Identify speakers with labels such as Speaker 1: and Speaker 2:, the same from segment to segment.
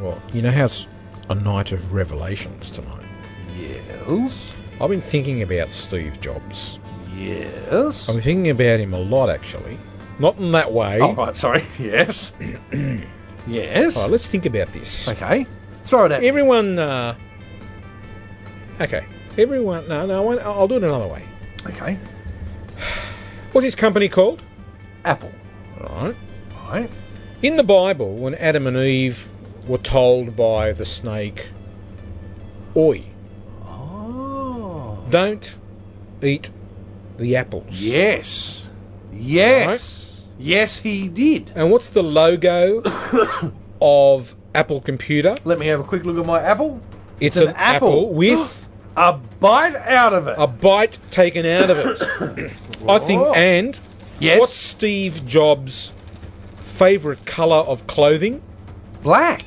Speaker 1: Well, you know how it's a night of revelations tonight?
Speaker 2: Yes.
Speaker 1: I've been thinking about Steve Jobs.
Speaker 2: Yes.
Speaker 1: I've been thinking about him a lot, actually. Not in that way.
Speaker 2: Oh, right, sorry. Yes. yes.
Speaker 1: All right, let's think about this.
Speaker 2: Okay. Throw it at me.
Speaker 1: Everyone. Uh, okay. Everyone. No, no, I won't- I'll do it another way.
Speaker 2: Okay.
Speaker 1: What's his company called?
Speaker 2: Apple.
Speaker 1: Right.
Speaker 2: Right.
Speaker 1: In the Bible, when Adam and Eve were told by the snake, Oi,
Speaker 2: Oh.
Speaker 1: don't eat the apples.
Speaker 2: Yes. Yes. Yes, he did.
Speaker 1: And what's the logo of Apple Computer?
Speaker 2: Let me have a quick look at my apple.
Speaker 1: It's,
Speaker 2: an
Speaker 1: an, apple,
Speaker 2: apple.
Speaker 1: with
Speaker 2: A bite out of it.
Speaker 1: a bite taken out of it. I think,
Speaker 2: Oh.
Speaker 1: and
Speaker 2: yes.
Speaker 1: what's Steve Jobs' favourite colour of clothing?
Speaker 2: black?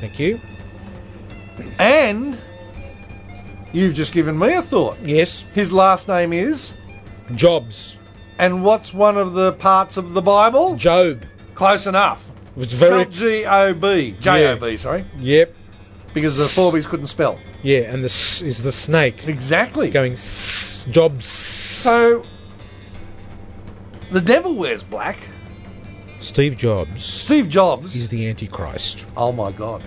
Speaker 1: Thank you.
Speaker 2: And you've just given me a thought.
Speaker 1: Yes,
Speaker 2: His last name is,
Speaker 1: Jobs.
Speaker 2: and what's one of the parts of the Bible?
Speaker 1: Job.
Speaker 2: Close enough.
Speaker 1: It's very.
Speaker 2: Spelled G O B. J O B, sorry.
Speaker 1: Yep.
Speaker 2: Because the four B's couldn't spell.
Speaker 1: Yeah, and this is the snake
Speaker 2: Exactly.
Speaker 1: going "S- Jobs.
Speaker 2: So, the devil wears black.
Speaker 1: Steve Jobs
Speaker 2: Steve Jobs.
Speaker 1: is the Antichrist.
Speaker 2: Oh my god.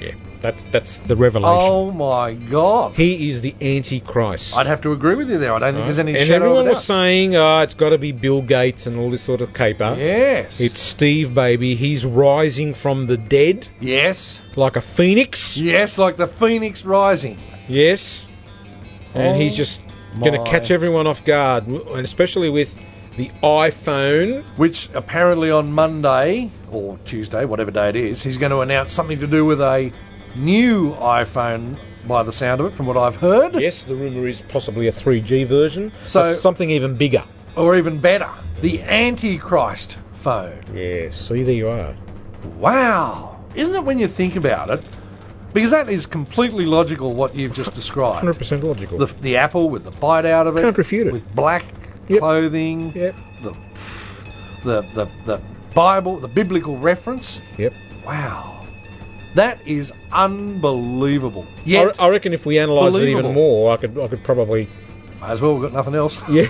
Speaker 1: Yeah, that's that's the revelation.
Speaker 2: Oh my god.
Speaker 1: He is the Antichrist.
Speaker 2: I'd have to agree with you there. I don't think there's any
Speaker 1: and
Speaker 2: shadow
Speaker 1: everyone
Speaker 2: of a
Speaker 1: was
Speaker 2: doubt.
Speaker 1: saying, "Ah, it's got to be Bill Gates and all this sort of caper."
Speaker 2: Yes.
Speaker 1: It's Steve, baby. He's rising from the dead
Speaker 2: yes.
Speaker 1: like a phoenix.
Speaker 2: Yes, like the phoenix rising.
Speaker 1: Yes, and
Speaker 2: Oh
Speaker 1: he's just going
Speaker 2: my.
Speaker 1: to catch everyone off guard, and especially with the iPhone.
Speaker 2: Which apparently on Monday or Tuesday, whatever day it is, he's going to announce something to do with a new iPhone by the sound of it, from what I've heard.
Speaker 1: Yes, the rumor is possibly a 3G version,
Speaker 2: So-
Speaker 1: so something even bigger.
Speaker 2: Or even better, the Antichrist phone.
Speaker 1: Yes, see, there you are.
Speaker 2: Wow. Isn't it when you think about it? Because that is completely logical what you've just described.
Speaker 1: 100% logical.
Speaker 2: The, the apple with the bite out of it.
Speaker 1: Can't refute it.
Speaker 2: With black
Speaker 1: Yep.
Speaker 2: clothing.
Speaker 1: yep,
Speaker 2: The, the, the, the Bible, the biblical reference.
Speaker 1: yep.
Speaker 2: Wow. That is unbelievable.
Speaker 1: I,
Speaker 2: Yet,
Speaker 1: re- I reckon if we analyse it
Speaker 2: Believable.
Speaker 1: even more, I could, I could probably.
Speaker 2: may as well, we've got nothing else.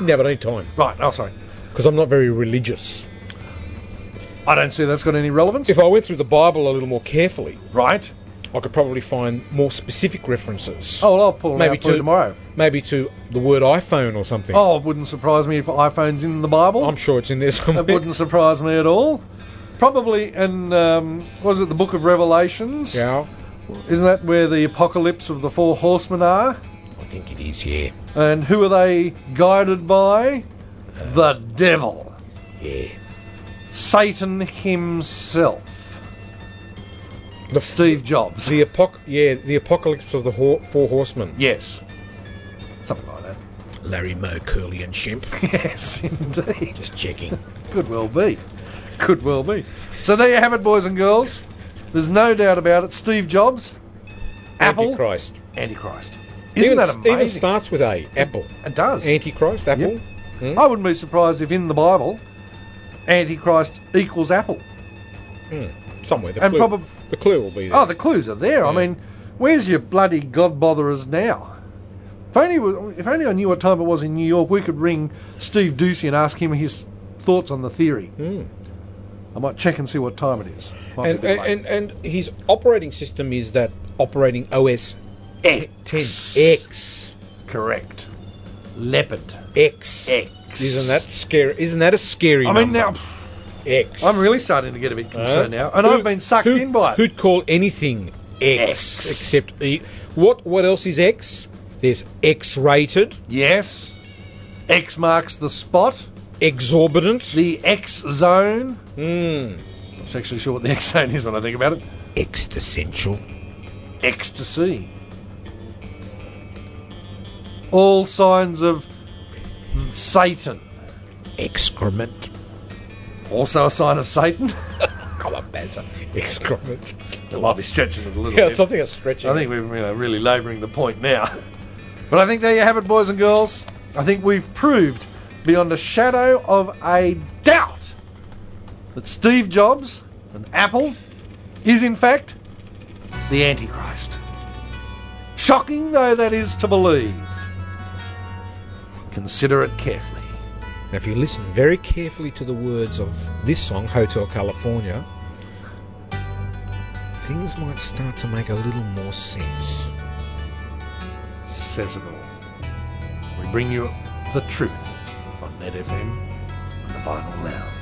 Speaker 1: Yeah, no, but any time
Speaker 2: Right, oh, sorry.
Speaker 1: because I'm not very religious.
Speaker 2: I don't see that's got any relevance.
Speaker 1: If I went through the Bible a little more carefully,
Speaker 2: right.
Speaker 1: I could probably find more specific references.
Speaker 2: Oh, well, I'll pull them
Speaker 1: maybe
Speaker 2: out for you
Speaker 1: to
Speaker 2: tomorrow.
Speaker 1: Maybe to the word iPhone or something.
Speaker 2: Oh, it wouldn't surprise me if iPhone's in the Bible.
Speaker 1: I'm sure it's in there somewhere.
Speaker 2: That wouldn't surprise me at all. Probably in, um, was it the book of Revelations?
Speaker 1: Yeah,
Speaker 2: Isn't that where the apocalypse of the four horsemen are?
Speaker 1: I think it is. Yeah,
Speaker 2: And who are they guided by? The devil.
Speaker 1: yeah.
Speaker 2: Satan himself.
Speaker 1: The
Speaker 2: Steve Jobs.
Speaker 1: The apoc- yeah, the apocalypse of the Ho- four horsemen.
Speaker 2: Yes. Something like that.
Speaker 1: Larry Moe, Curly, and Shemp.
Speaker 2: Yes, indeed.
Speaker 1: Just checking.
Speaker 2: Could well be. Could well be. So there you have it, boys and girls. There's no doubt about it. Steve Jobs. Apple.
Speaker 1: Antichrist.
Speaker 2: Antichrist. Isn't
Speaker 1: even,
Speaker 2: that amazing?
Speaker 1: Even starts with A. Apple.
Speaker 2: It does.
Speaker 1: Antichrist. Apple.
Speaker 2: Yep.
Speaker 1: Hmm?
Speaker 2: I wouldn't be surprised if in the Bible, Antichrist equals Apple.
Speaker 1: Somewhere. The
Speaker 2: And
Speaker 1: clue.
Speaker 2: probab-
Speaker 1: the clue will be there.
Speaker 2: Oh, the clues are there. I mean, where's your bloody God botherers now? If only, we- if only I knew what time it was in New York, we could ring Steve Ducey and ask him his thoughts on the theory. I might check and see what time it is. Might
Speaker 1: Hmm.
Speaker 2: be a
Speaker 1: and,
Speaker 2: bit late.
Speaker 1: and, and and his operating system is that operating OS X. 10 X
Speaker 2: Correct. Leopard.
Speaker 1: X
Speaker 2: X.
Speaker 1: Isn't that scary? Isn't that a scary?
Speaker 2: I mean, now,
Speaker 1: number? X.
Speaker 2: I'm really starting to get a bit concerned now. And
Speaker 1: Who-
Speaker 2: I've been sucked
Speaker 1: who-
Speaker 2: in by it.
Speaker 1: Who'd call anything X,
Speaker 2: X.
Speaker 1: except E? What? What else is X? There's X-rated,
Speaker 2: Yes. X marks the spot.
Speaker 1: exorbitant,
Speaker 2: The X Zone. Mm. I'm not actually sure what the X Zone is when I think about it.
Speaker 1: existential.
Speaker 2: Ecstasy. All signs of Satan.
Speaker 1: excrement.
Speaker 2: Also a sign of Satan.
Speaker 1: Calabasa. Excrement.
Speaker 2: It might be stretching it a little
Speaker 1: Yeah,
Speaker 2: bit.
Speaker 1: something that's stretching.
Speaker 2: I think we're you know, really labouring the point now. But I think there you have it, boys and girls. I think we've proved beyond a shadow of a doubt that Steve Jobs and Apple is in fact the Antichrist. Shocking though that is to believe, consider it carefully.
Speaker 1: Now, if you listen very carefully to the words of this song, Hotel California, things might start to make a little more sense.
Speaker 2: Says it all. We bring you the truth on NetFM and the Vinyl Lounge.